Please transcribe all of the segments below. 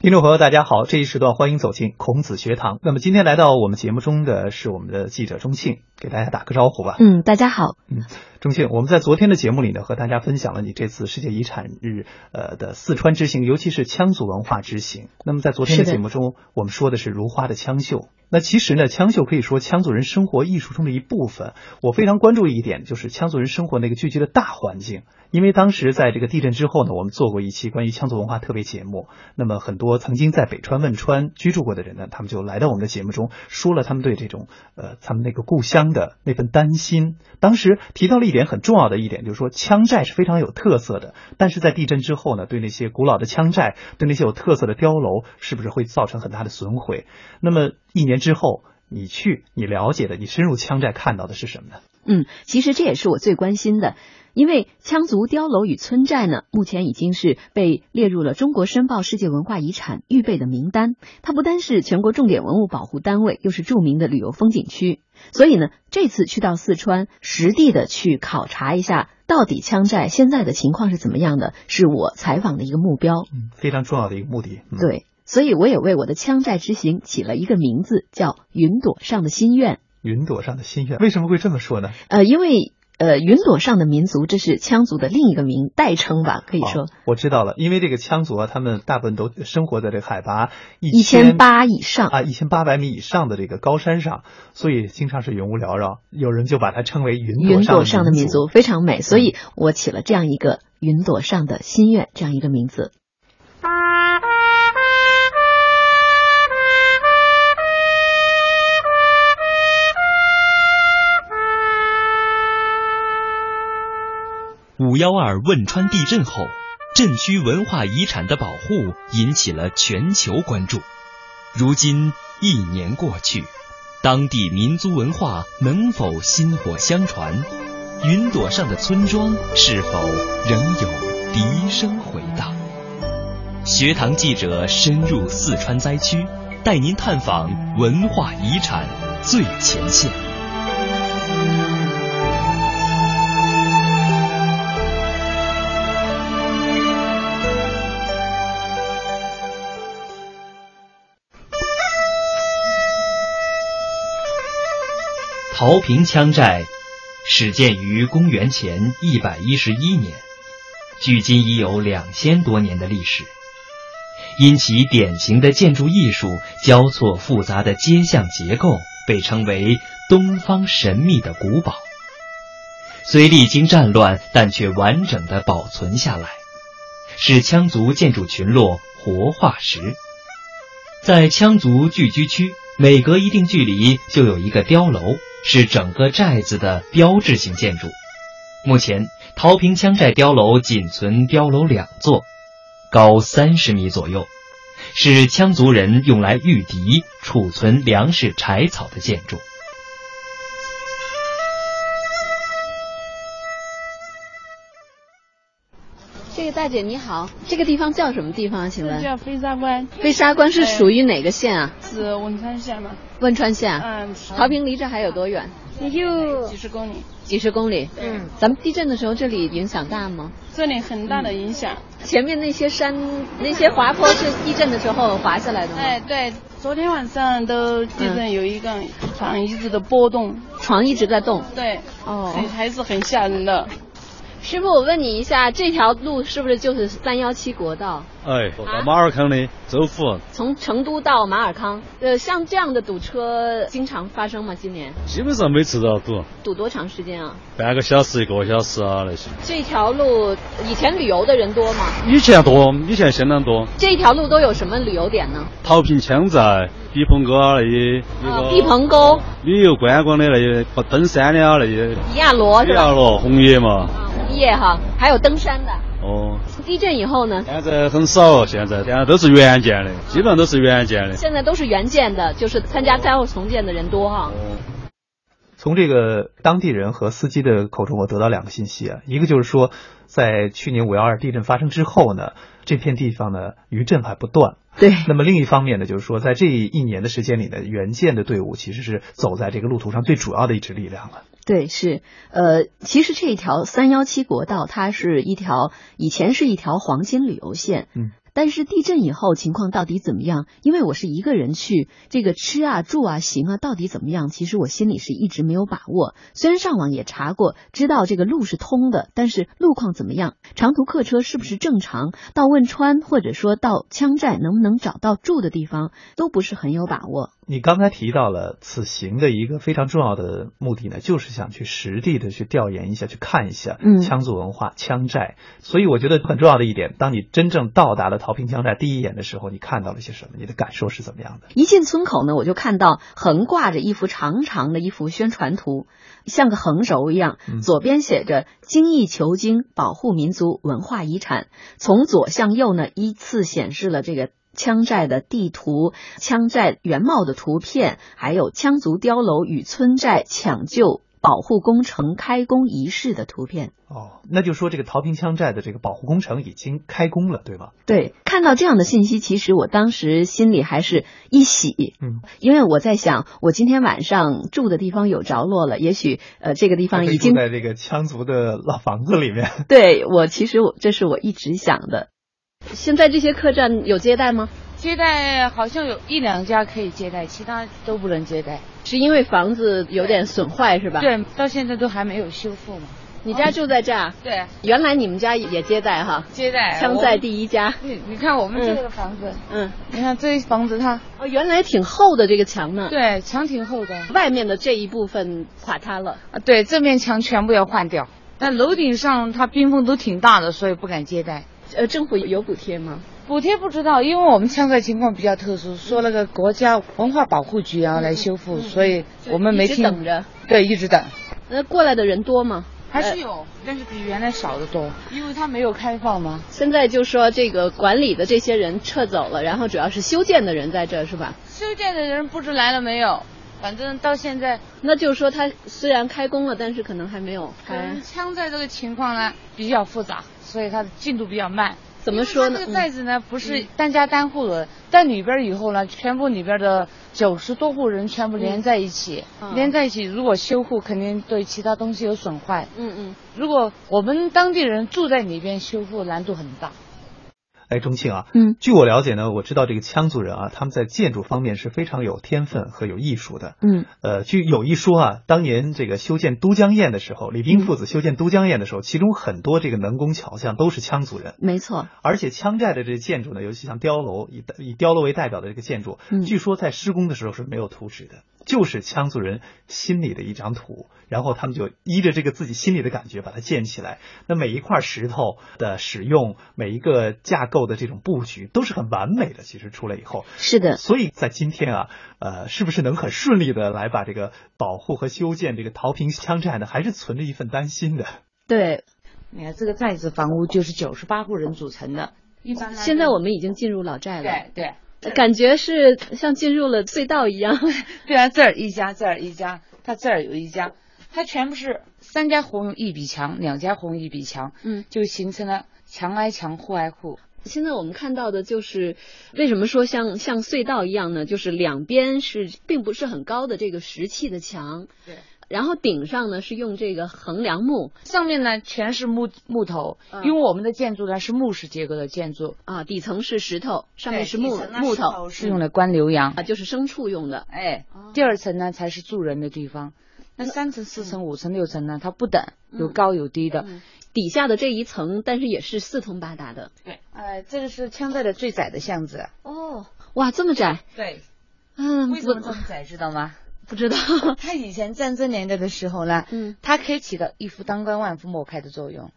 听众朋友，大家好，这一时段欢迎走进孔子学堂。那么今天来到我们节目中的是我们的记者钟庆，给大家打个招呼吧。嗯，大家好。钟庆，我们在昨天的节目里呢，和大家分享了你这次世界遗产日呃的四川之行，尤其是羌族文化之行。那么在昨天的是的节目中，我们说的是如花的羌绣。那其实呢，羌绣可以说羌族人生活艺术中的一部分。我非常关注一点，就是羌族人生活那个聚居的大环境。因为当时在这个地震之后呢，我们做过一期关于羌族文化特别节目。那么很多曾经在北川、汶川居住过的人呢，他们就来到我们的节目中，说了他们对这种呃他们那个故乡的那份担心。当时提到了一点很重要的一点，就是说羌寨是非常有特色的，但是在地震之后呢，对那些古老的羌寨，对那些有特色的碉楼，是不是会造成很大的损毁？那么一年之后。你去，你了解的，你深入羌寨看到的是什么呢？嗯，其实这也是我最关心的，因为羌族碉楼与村寨呢，目前已经是被列入了《中国申报》世界文化遗产预备的名单。它不单是全国重点文物保护单位，又是著名的旅游风景区。所以呢，这次去到四川，实地的去考察一下，到底羌寨现在的情况是怎么样的，是我采访的一个目标。嗯，非常重要的一个目的。嗯、对，所以我也为我的羌寨之行起了一个名字，叫《云朵上的心愿》。云朵上的心愿，为什么会这么说呢？呃，因为呃，云朵上的民族，这是羌族的另一个名代称吧，可以说哦我知道了，因为这个羌族啊，他们大部分都生活在这个海拔一一千八以上。啊一千八百米以上的这个高山上，所以经常是云雾缭绕，有人就把它称为云云朵上上的民民族。嗯非常美，所以我起了这样一个“云朵上的心愿”这样一个名字。五幺二汶川地震后，震区文化遗产的保护引起了全球关注。如今一年过去，当地民族文化能否薪火相传？云朵上的村庄是否仍有笛声回荡？学堂记者深入四川灾区，带您探访文化遗产最前线。桃坪羌寨始建于公元前一百一十一年，距今已有两千多年的历史。因其典型的建筑艺术、交错复杂的街巷结构，被称为“东方神秘的古堡”。虽历经战乱，但却完整的保存下来，是羌族建筑群落活化石。在羌族聚居区，每隔一定距离就有一个碉楼，是整个寨子的标志性建筑。目前，桃坪羌寨碉楼仅存碉楼两座，高三十米左右，是羌族人用来御敌、储存粮食、柴草的建筑。这个大姐你好，这个地方叫什么地方啊？请这问叫飞沙关，飞沙关是属于哪个县啊？是汶川县嘛？汶川县啊。嗯，桃坪离这还有多远？也就几十公里。几十公里。嗯，咱们地震的时候这里影响大吗？这里很大的影响。前面那些山、那些滑坡是地震的时候滑下嗯来的吗？哎，对，昨天晚上都地嗯震有一个床一直的波动，床一直在动。对，哦所以还是很吓人的。师傅，我问你一下，这条路是不是就是三幺七国道？啊哎，到马尔康的州府从成都到马尔康，呃，像这样的堵车经常发生吗？今年基本上每次都要堵，堵多长时间啊？半个小时、一个小时啊那些。这条路以前旅游的人多吗？以前多，以前相当多。这条路都有什么旅游点呢？桃坪羌寨、毕棚沟啊那些，那毕个棚沟、旅游观光的那些，不登山的啊那些，尼亚罗是亚吧？罗、红叶嘛。啊，红叶哈，还有登山的。哦，地震以后呢，现在很少，现在现在都是原件的，基本上都是原件的。现在都是援建的，就是参加灾后重建的人多哈。哦。从这个当地人和司机的口中，我得到两个信息啊，一个就是说，在去年五幺二地震发生之后呢，这片地方呢余震还不断。对，那么另一方面呢，就是说，在这一年的时间里呢，援建的队伍其实是走在这个路途上最主要的一支力量了。对，是，呃，其实这一条三幺七国道，它是一条以前是一条黄金旅游线，嗯，但是地震以后情况到底怎么样？因为我是一个人去，这个吃啊、住啊、行啊，到底怎么样？其实我心里是一直没有把握。虽然上网也查过，知道这个路是通的，但是路况怎么样？长途客车是不是正常？到汶川或者说到羌寨能不能找到住的地方，都不是很有把握。你刚才提到了此行的一个非常重要的目的呢，就是想去实地的去调研一下，去看一下嗯羌族文化、羌寨。所以我觉得很重要的一点，当你真正到达了桃坪羌寨第一眼的时候，你看到了些什么？你的感受是怎么样的？一进村口呢，我就看到横挂着一幅长长的一幅宣传图，像个横轴一样嗯，左边写着“精益求精，保护民族文化遗产”。从左向右呢，依次显示了这个。羌寨的地图、羌寨原貌的图片，还有羌族碉楼与村寨抢救保护工程开工仪式的图片。哦，那就说这个桃坪羌寨的这个保护工程已经开工了，啊对吗？对，看到这样的信息，其实我当时心里还是一喜，嗯，因为我在想，我今天晚上住的地方有着落了，也许呃这个地啊方还可以已经住在这个羌族的老房子里面。 对我，其实我这是我一直想的。现在这些客栈有接待吗？接待好像有一两家可以接待，其他都不能接待。是因为房子有点损坏是吧？，对，到现在都还没有修复嘛。你家住在这儿，对，原来你们家也接待哈，接待羌寨。第一家我。你你看我们这个房子，嗯，你看这房子它，哦，原来挺厚的这个墙呢，对，墙挺厚的外面的这一部分垮塌了。啊，对，这面墙全部要换掉。但楼顶上它冰缝都挺大的，所以不敢接待。呃，政府有补贴吗？补贴不知道，因为我们羌寨情况比较特殊，说那个国家文化保护局啊来修嗯复，所以我们没一直听。等着。对，一直等。那过来的人多吗？还是有，但是比原来少得多，因为它没有开放嘛。现在就说这个管理的这些人撤走了，然后主要是修建的人在这儿是吧？修建的人不知来了没有，反正到现在，那就是说他虽然开工了，但是可能还没有可开能。羌寨这个情况呢哎比较复杂，所以它的进度比较慢。怎么说因呢为它？这个寨嗯子呢不是单家单户的，到里边以后呢，全部里边的九十多户人全部连在一起，嗯连在一起，如果修护，肯定对其他东西有损坏。嗯嗯，如果我们当地人住在里边，修复难度很大。哎，钟庆啊，嗯，据我了解呢，我知道这个羌族人啊，他们在建筑方面是非常有天分和有艺术的。嗯，呃，据有一说啊，当年这个修建都江堰的时候，李冰父子修建都江堰的时候，其中很多这个能工巧匠都是羌族人。没错，而且羌寨的这建筑呢，尤其像碉楼，以以碉楼为代表的这个建筑，嗯据说在施工的时候是没有图纸的，就是羌族人心里的一张图，然后他们就依着这个自己心里的感觉把它建起来。那每一块石头的使用，每一个架构的这种布局都是很完美的。其实出来以后，是的，所以在今天啊，呃，是不是能很顺利的来把这个保护和修建这个桃坪羌寨呢？还是存着一份担心的。 对。你看这个寨子房屋就是九十八户人组成的，一般现在我们已经进入老寨了，对对。感觉是像进入了隧道一样。对啊，这儿一家，这儿一家，他这儿有一家，他全部是三家合用一笔墙，两家合用一笔墙， 嗯，就形成了墙挨墙，户挨户。现在我们看到的就是，为什么说像像隧道一样呢？就是两边是并不是很高的这个石砌的墙，对，然后顶上呢是用这个横梁木上面呢全是木木头，嗯因为我们的建筑呢是木式结构的建筑，啊，底层是石头，上面对是底木层呢木是头，是用来关牛羊啊，。就是牲畜用的。哎哦，第二层呢才是住人的地方。那三层、四层、五层、六层呢，它不等，有嗯高有低的。嗯底下的这一层，但是也是四通八达的。对，呃，这个是羌寨的最窄的巷子。哦，哇，这么窄，对，嗯，为什么这不么窄，知道吗？不知道？他以前战争年代的时候呢，嗯，它可以起到一夫当关万夫莫开的作用。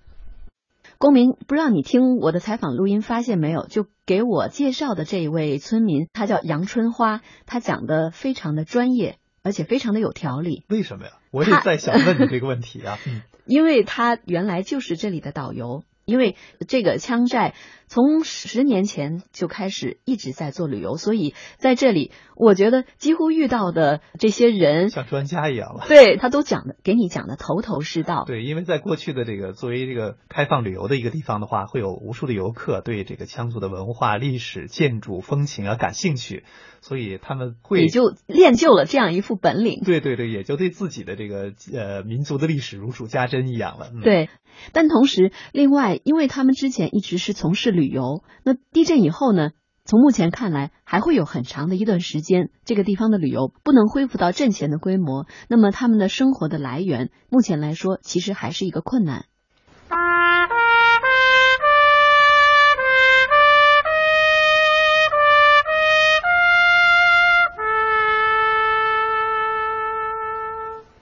公民，不知道你听我的采访录音发现没有？就给我介绍的这一位村民，他叫杨春花，他讲的非常的专业，而且非常的有条理，为什么呀？我也他在想问你这个问题 啊。嗯因为他原来就是这里的导游。因为这个羌寨从十年前就开始一直在做旅游，所以在这里，我觉得几乎遇到的这些人，嗯像专家一样了。对他都讲的给你讲的头头是道。对，因为在过去的这个作为这个开放旅游的一个地方的话，会有无数的游客对这个羌族的文化、历史、建筑、风情啊感兴趣，所以他们会也就练就了这样一副本领。对对对，也就对自己的这个呃民族的历史如数家珍一样了。嗯、对，但同时，另外在因为他们之前一直是从事旅游，那地震以后呢，从目前看来还会有很长的一段时间，这个地方的旅游不能恢复到震前的规模，那么他们的生活的来源，目前来说其实还是一个困难。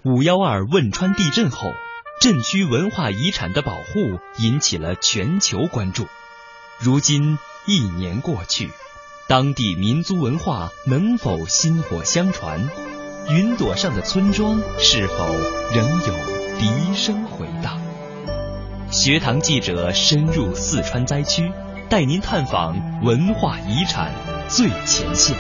五幺二汶川地震后，震区文化遗产的保护引起了全球关注。如今一年过去，当地民族文化能否薪火相传？云朵上的村庄是否仍有笛声回荡？学堂记者深入四川灾区，带您探访文化遗产最前线。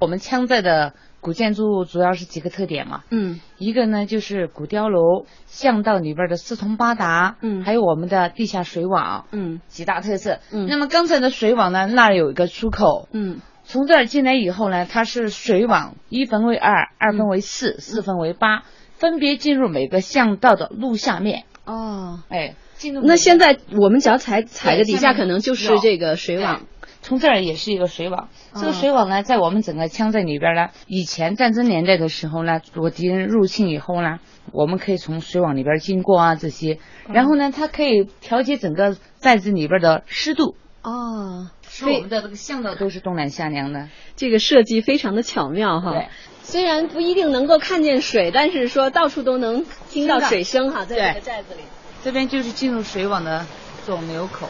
我们羌寨的古建筑主要是几个特点嘛，嗯一个呢就是古碉楼、巷道里边的四通八达，嗯还有我们的地下水网，嗯几大特色。嗯那么刚才的水网呢，那儿有一个出口，嗯从这儿进来以后呢，它是水网一分为二，二分为嗯四，四分为八，分别进入每个巷道的路下面。哦。哎，进入每个那现在我们只要踩踩个底下下，面可能就是这个水网。从这儿也是一个水网。哦这个水网呢，在我们整个羌寨里边呢，以前战争年代的时候呢，如果敌人入侵以后呢，我们可以从水网里边经过啊这些，然后呢，它可以调节整个寨子里边的湿度。哦，所以我们的这个巷道都是冬暖夏凉的，这个设计非常的巧妙哈。对，虽然不一定能够看见水，但是说到处都能听到听到水声哈，在对这个寨子里。这边就是进入水网的总流口。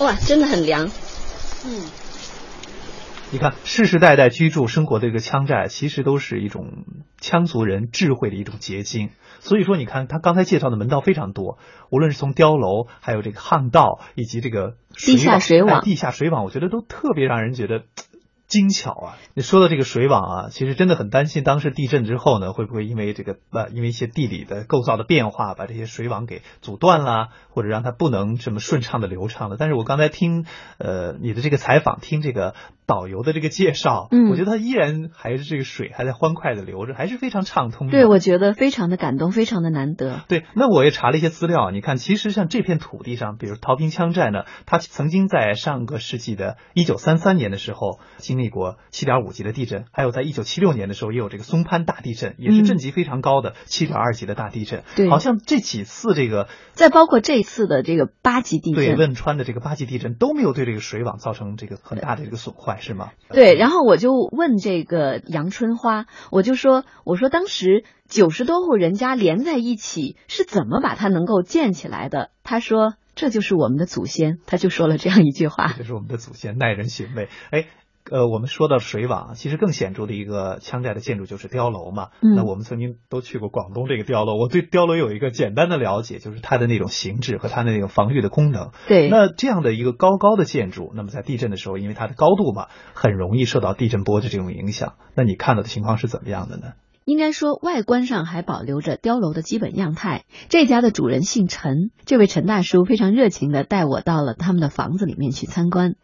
哇，真的很凉。你看，世世代代居住生活的这个羌寨，其实都是一种羌族人智慧的一种结晶。所以说，你看他刚才介绍的门道非常多，无论是从碉楼，还有这个巷道，以及这个地下水网哎地下水网，我觉得都特别让人觉得。嘖呃精巧啊！你说到这个水网啊，其实真的很担心，当时地震之后呢，会不会因为这个呃，因为一些地理的构造的变化，把这些水网给阻断啦，或者让它不能这么顺畅的流畅了？但是我刚才听呃你的这个采访，听这个导游的这个介绍，嗯我觉得它依然还是这个水还在欢快的流着，还是非常畅通的。对，我觉得非常的感动，非常的难得。对，那我也查了一些资料，你看，其实像这片土地上，比如陶坪羌寨呢，它曾经在上个世纪的1933年的时候经历过7.5级的地震，还有在1976年的时候也有这个松潘大地震，也是震级非常高的7.2级的大地震。嗯对好像这几次这个再包括这次的这个八级地对震，汶川的这个八级地震都没有对这个水网造成这个很大的这个损坏，是吗？对，然后我就问这个杨春花，我就说，我说当时九十多户人家连在一起是怎么把它能够建起来的？他说，这就是我们的祖先，他就说了这样一句话。这是我们的祖先，耐人寻味。哎，呃，我们说到水网，其实更显著的一个羌寨的建筑就是碉楼嘛。嗯那我们曾经都去过广东这个碉楼，我对碉楼有一个简单的了解，就是它的那种形制和它的那种防御的功能。对，那这样的一个高高的建筑，那么在地震的时候，因为它的高度嘛，很容易受到地震波的这种影响。那你看到的情况是怎么样的呢？应该说外观上还保留着碉楼的基本样态。这家的主人姓陈，这位陈大叔非常热情的带我到了他们的房子里面去参观。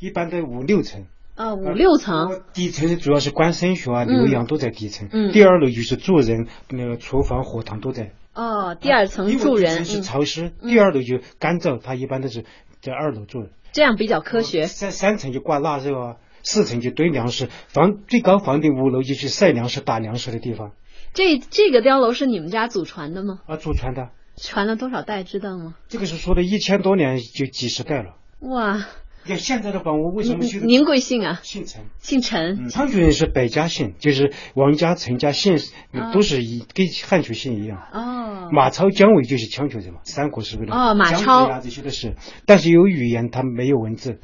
一般在五六层，啊，五六层，底层主要是观声学啊、嗯浏阳都在底层，嗯第二楼就是住人，那个厨房、火堂都在。哦，第二层住因为底人，层是嗯，潮湿，嗯第二楼就干燥，它一般都是在二楼住人。这样比较科学。三三层就挂腊肉啊，四层就堆粮食，房最高房顶五楼就是晒粮食、打粮食的地方这这个碉楼是你们家祖传的吗？啊，祖传的。传了多少代，知道吗？这个是说的一千多年就几十代了。哇，要现在的房屋为什您么修的嗯您贵姓啊？姓陈？姓陈。昌族人是百家姓，就是王家、陈家姓啊都是一跟汉族姓一样。哦，马超、姜维就是羌族人嘛，三国时期的哦马超姜维啊这些都是，但是有语言，它没有文字。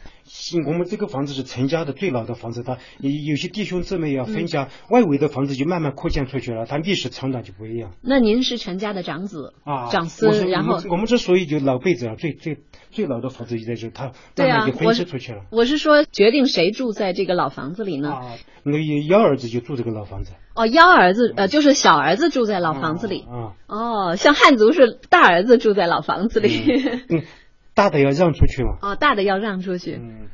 我们这个房子是陈家的最老的房子，它有有些弟兄姊妹要分嗯家，外围的房子就慢慢扩建出去了，它历史长短就不一样那您是陈家的长子啊。长我说孙，然我后们我们之所以就老辈子啊，最最最老的房子就在这，它对啊慢慢就，我分是支出去了。我是说决定谁住在这个老房子里呢？啊，那个幺儿子就住这个老房子，哦，幺儿子呃，就是小儿子住在老房子里。啊。啊哦，像汉族是大儿子住在老房子里， 嗯，大的要让出去嘛。哦，大的要让出去。嗯，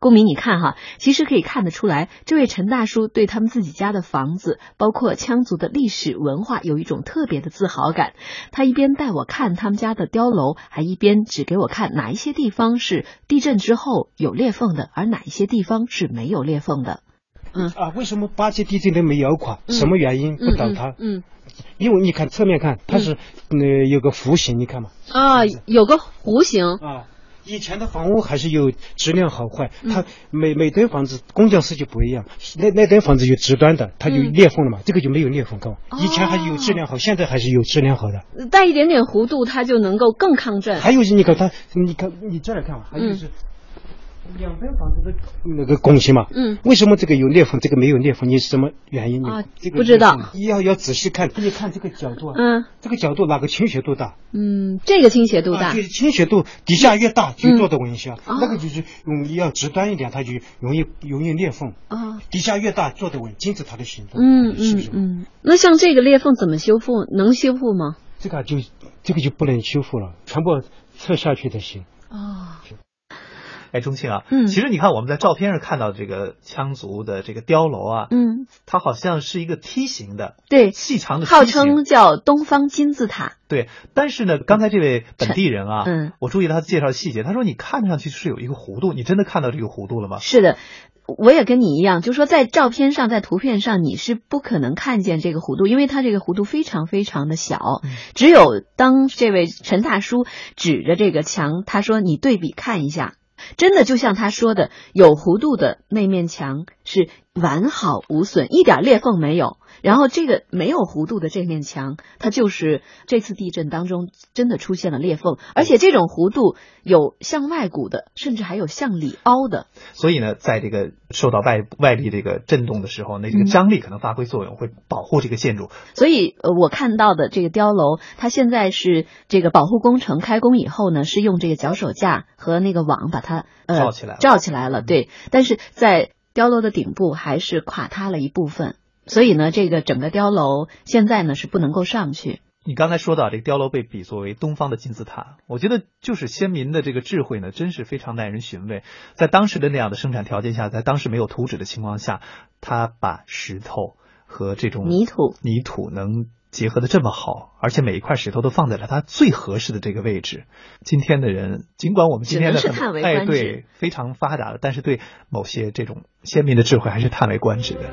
公民，你看哈，其实可以看得出来，这位陈大叔对他们自己家的房子，包括羌族的历史文化，有一种特别的自豪感。他一边带我看他们家的碉楼，还一边指给我看哪一些地方是地震之后有裂缝的，而哪一些地方是没有裂缝的。啊，为什么八级地震都没摇垮？嗯什么原因不倒塌？嗯因为你看侧面看，它是、呃有个弧形，你看嘛。啊，有个弧形，啊，以前的房屋还是有质量好坏，嗯它每每栋房子工匠师就不一样，那那栋房子有直端的，它有嗯裂缝了嘛，这个就没有裂缝，看嘛。哦以前还有质量好，现在还是有质量好的。呃带一点点弧度，它就能够更抗震。还有是你看它，你看你这儿看嗯嘛，还有是。两栋房子的那个拱形嘛，嗯，为什么这个有裂缝，这个没有裂缝？你是什么原因？你啊这个不知道，要要仔细看，你看这个角度啊，嗯这个角度哪个倾斜度大？嗯，这个倾斜度啊大就，是倾斜度底下越大，就做的稳嗯一些。啊那个就是容易要直端一点，它就容易容易裂缝。哦啊，底下越大，做的稳，禁止它的行动。嗯是不嗯是？嗯。那像这个裂缝怎么修复？能修复吗？这个就这个就不能修复了，全部测下去才行。哦啊，哎，钟庆啊，嗯其实你看我们在照片上看到这个羌族的这个碉楼啊，嗯，它好像是一个梯形的，对，细长的梯形，号称叫东方金字塔，对。但是呢，刚才这位本地人啊，嗯，我注意到他介绍细节，他说你看上去是有一个弧度，你真的看到这个弧度了吗？是的。我也跟你一样，就说在照片上、在图片上，你是不可能看见这个弧度，因为它这个弧度非常非常的小。只有当这位陈大叔指着这个墙，他说：“你对比看一下，真的就像他说的，有弧度的那面墙是完好无损，一点裂缝没有。然后这个没有弧度的这面墙，它就是这次地震当中真的出现了裂缝，而且这种弧度有向外鼓的，甚至还有向里凹的。所以呢，在这个受到外外力这个震动的时候，那这个张力可能发挥作用，会保护这个建筑。所以，呃，我看到的这个碉楼，它现在是这个保护工程开工以后呢，是用这个脚手架和那个网把它呃罩起来了嗯罩起来了。对，但是在碉楼的顶部还是垮塌了一部分，所以呢，这个整个碉楼现在呢是不能够上去。你刚才说到这个碉楼被比作为东方的金字塔，我觉得就是先民的这个智慧呢，真是非常耐人寻味。在当时的那样的生产条件下，在当时没有图纸的情况下，他把石头和这种泥土泥土能结合的这么好，而且每一块石头都放在了它最合适的这个位置。今天的人，尽管我们今天的只能很是叹为哎观止对非常发达了，但是对某些这种先民的智慧还是叹为观止的。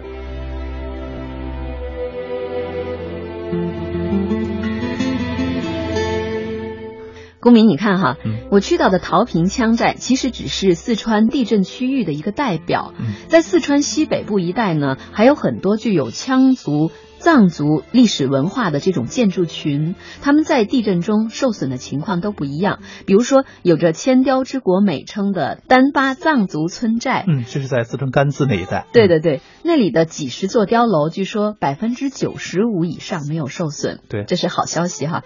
公民，你看哈，嗯我去到的桃坪羌寨其实只是四川地震区域的一个代表，嗯在四川西北部一带呢，还有很多具有羌族、藏族历史文化的这种建筑群，他们在地震中受损的情况都不一样。比如说，有着“千雕之国”美称的丹巴藏族村寨，嗯，这是在四川甘孜那一带。对对对，那里的几十座碉楼，据说百分之九十五以上没有受损，对这是好消息哈。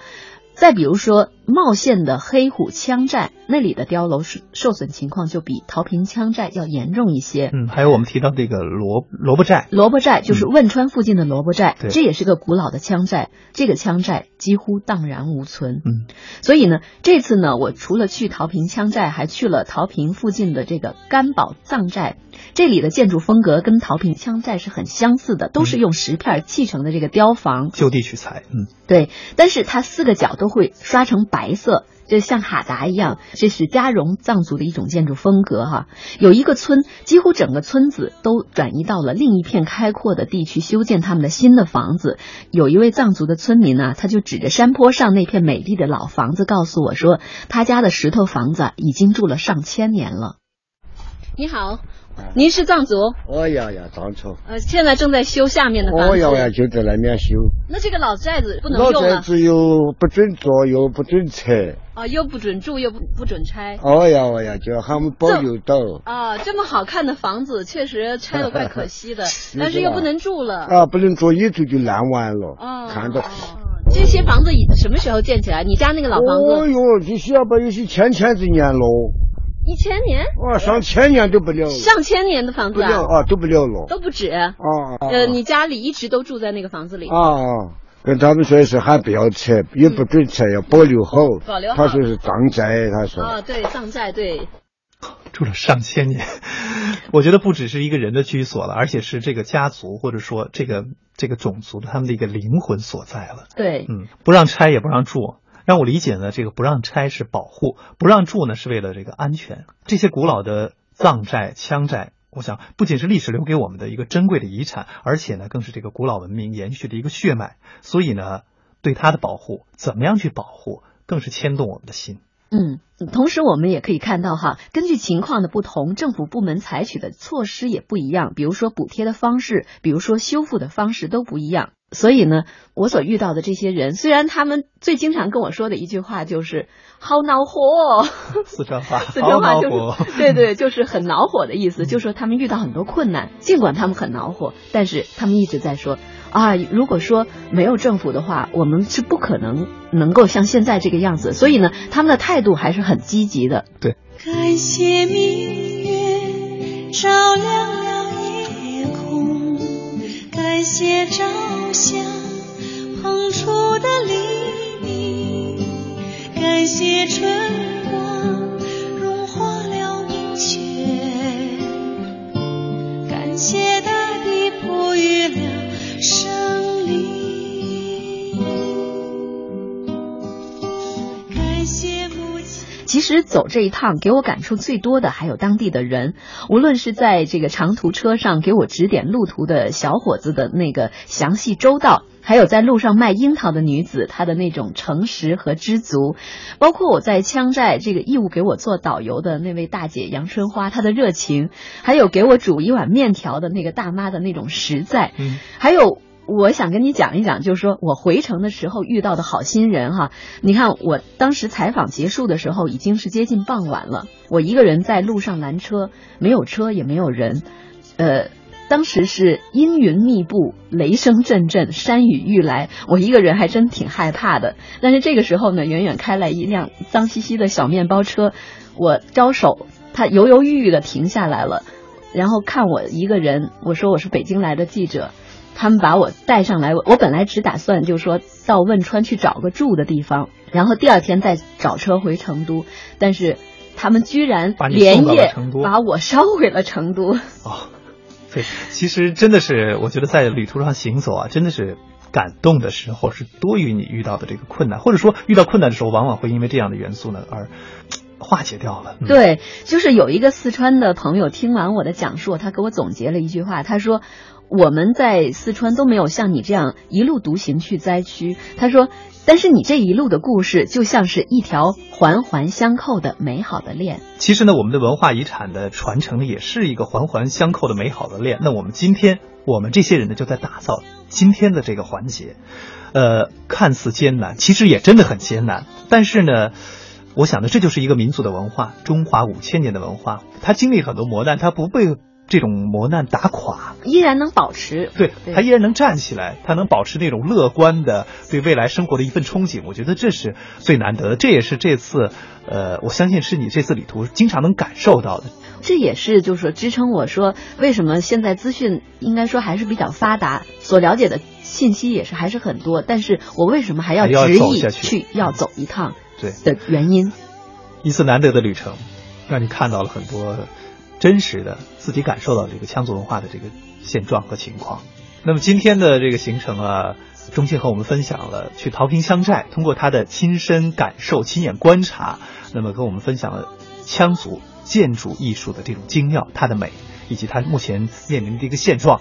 再比如说，茂县的黑虎羌寨那里的碉楼受受损情况就比桃坪羌寨要严重一些。嗯，还有我们提到这个萝萝卜寨，萝卜寨就是嗯汶川附近的萝卜寨，对这也是个古老的羌寨。这个羌寨几乎荡然无存。嗯，所以呢，这次呢，我除了去桃坪羌寨，还去了桃坪附近的这个甘宝藏寨。这里的建筑风格跟桃坪羌寨是很相似的，嗯都是用石片砌成的这个雕房。就地取材。嗯，对，但是它四个角都会刷成白色，就像哈达一样，这是加绒藏族的一种建筑风格哈、有一个村，几乎整个村子都转移到了另一片开阔的地区修建他们的新的房子。有一位藏族的村民呢、他就指着山坡上那片美丽的老房子告诉我说，他家的石头房子啊已经住了上千年了。你好，您是藏族，哎呀呀，当初，呃，现在正在修下面的哎房子。呀呀，就在那面修，那这个老寨子不能老用宅了，子又不准做，又不准拆，啊，又不准住，又不不准拆。哎呀哎呀，就喊我们保佑到，啊，这么好看的房子，确实拆了怪 可惜的，但是又不能住了。啊，不能做一头就烂完了，啊，看到。这些房子以什么时候建起来？你家那个老房哦子哟，这下边有些千千子年了，一千年、啊，上千年都不了了，上千年的房不子了啊，啊，都不了了，都不止。啊啊呃，你家里一直都住在那个房子里。啊，啊跟他们说是还不要拆，也不准拆，要保留好，保留好他说是藏宅，他说。啊，对，藏寨对，住了上千年。我觉得不只是一个人的居所了，而且是这个家族或者说这个这个种族的他们的一个灵魂所在了。对，嗯，不让拆也不让住。让我理解呢，这个不让拆是保护，不让住呢是为了这个安全。这些古老的藏寨、羌寨，我想不仅是历史留给我们的一个珍贵的遗产，而且呢，更是这个古老文明延续的一个血脉。所以呢，对它的保护，怎么样去保护，更是牵动我们的心。嗯，同时我们也可以看到哈，根据情况的不同，政府部门采取的措施也不一样，比如说补贴的方式，比如说修复的方式都不一样。所以呢，我所遇到的这些人，虽然他们最经常跟我说的一句话就是“好恼火”，哦四川话，四川话好就恼火是 对对，就是很恼火的意思，就说他们遇到很多困难，尽管他们很恼火，但是他们一直在说啊，如果说没有政府的话，我们是不可能能够像现在这个样子，所以呢，他们的态度还是很积极的。感谢明月照亮了夜空，感谢朝霞碰触的黎明，感谢春光融化了明月，感谢大地哺育了生灵，感谢母亲。其实走这一趟给我感触最多的还有当地的人，无论是在这个长途车上给我指点路途的小伙子的那个详细周到，还有在路上卖樱桃的女子她的那种诚实和知足，包括我在羌寨这个义务给我做导游的那位大姐杨春花她的热情，还有给我煮一碗面条的那个大妈的那种实在，嗯，还有。我想跟你讲一讲，就是说我回程的时候遇到的好心人哈、你看，我当时采访结束的时候已经是接近傍晚了，我一个人在路上拦车，没有车也没有人，呃，当时是阴云密布，雷声阵阵，山雨欲来，我一个人还真挺害怕的。但是这个时候呢，远远开来一辆脏兮兮的小面包车，我招手，他犹犹豫豫的停下来了，然后看我一个人，我说我是北京来的记者。他们把我带上来，我我本来只打算就是说到汶川去找个住的地方，然后第二天再找车回成都，但是他们居然把你连送到了夜成都把我捎回了成都。哦，对，其实真的是，我觉得在旅途上行走啊，真的是感动的时候是多于你遇到的这个困难，或者说遇到困难的时候，往往会因为这样的元素呢而嘖化解掉了。嗯、，对，就是有一个四川的朋友听完我的讲述，他给我总结了一句话，他说。我们在四川都没有像你这样一路独行去灾区。他说，但是你这一路的故事就像是一条环环相扣的美好的链。其实呢，我们的文化遗产的传承呢，也是一个环环相扣的美好的链。那我们今天，我们这些人呢，就在打造今天的这个环节。呃，看似艰难，其实也真的很艰难。但是呢，我想呢，这就是一个民族的文化，中华五千年的文化，它经历很多磨难，它不被这种磨难打垮。依然能保持。对对他依然能站起来，他能保持那种乐观的对未来生活的一份憧憬，我觉得这是最难得的，这也是这次，呃，我相信是你这次旅途经常能感受到的。这也是就是说支撑我说为什么现在资讯应该说还是比较发达，所了解的信息也是还是很多，但是我为什么还要还要执走意下去去要走一趟对，的原因？一次难得的旅程，让你看到了很多真实的，自己感受到这个羌族文化的这个现状和情况。那么今天的这个行程啊，钟庆和我们分享了去桃坪羌寨，通过他的亲身感受、亲眼观察，那么跟我们分享了羌族建筑艺术的这种精妙、它的美，以及它目前面临的一个现状。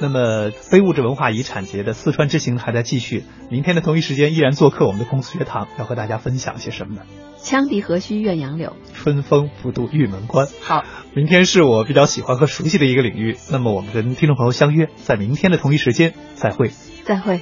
那么非物质文化遗产节的四川之行还在继续，明天的同一时间依然做客我们的孔子学堂，要和大家分享些什么呢？羌笛何须怨杨柳，春风不度玉门关。好，明天是我比较喜欢和熟悉的一个领域，那么我们跟听众朋友相约在明天的同一时间再会。再会。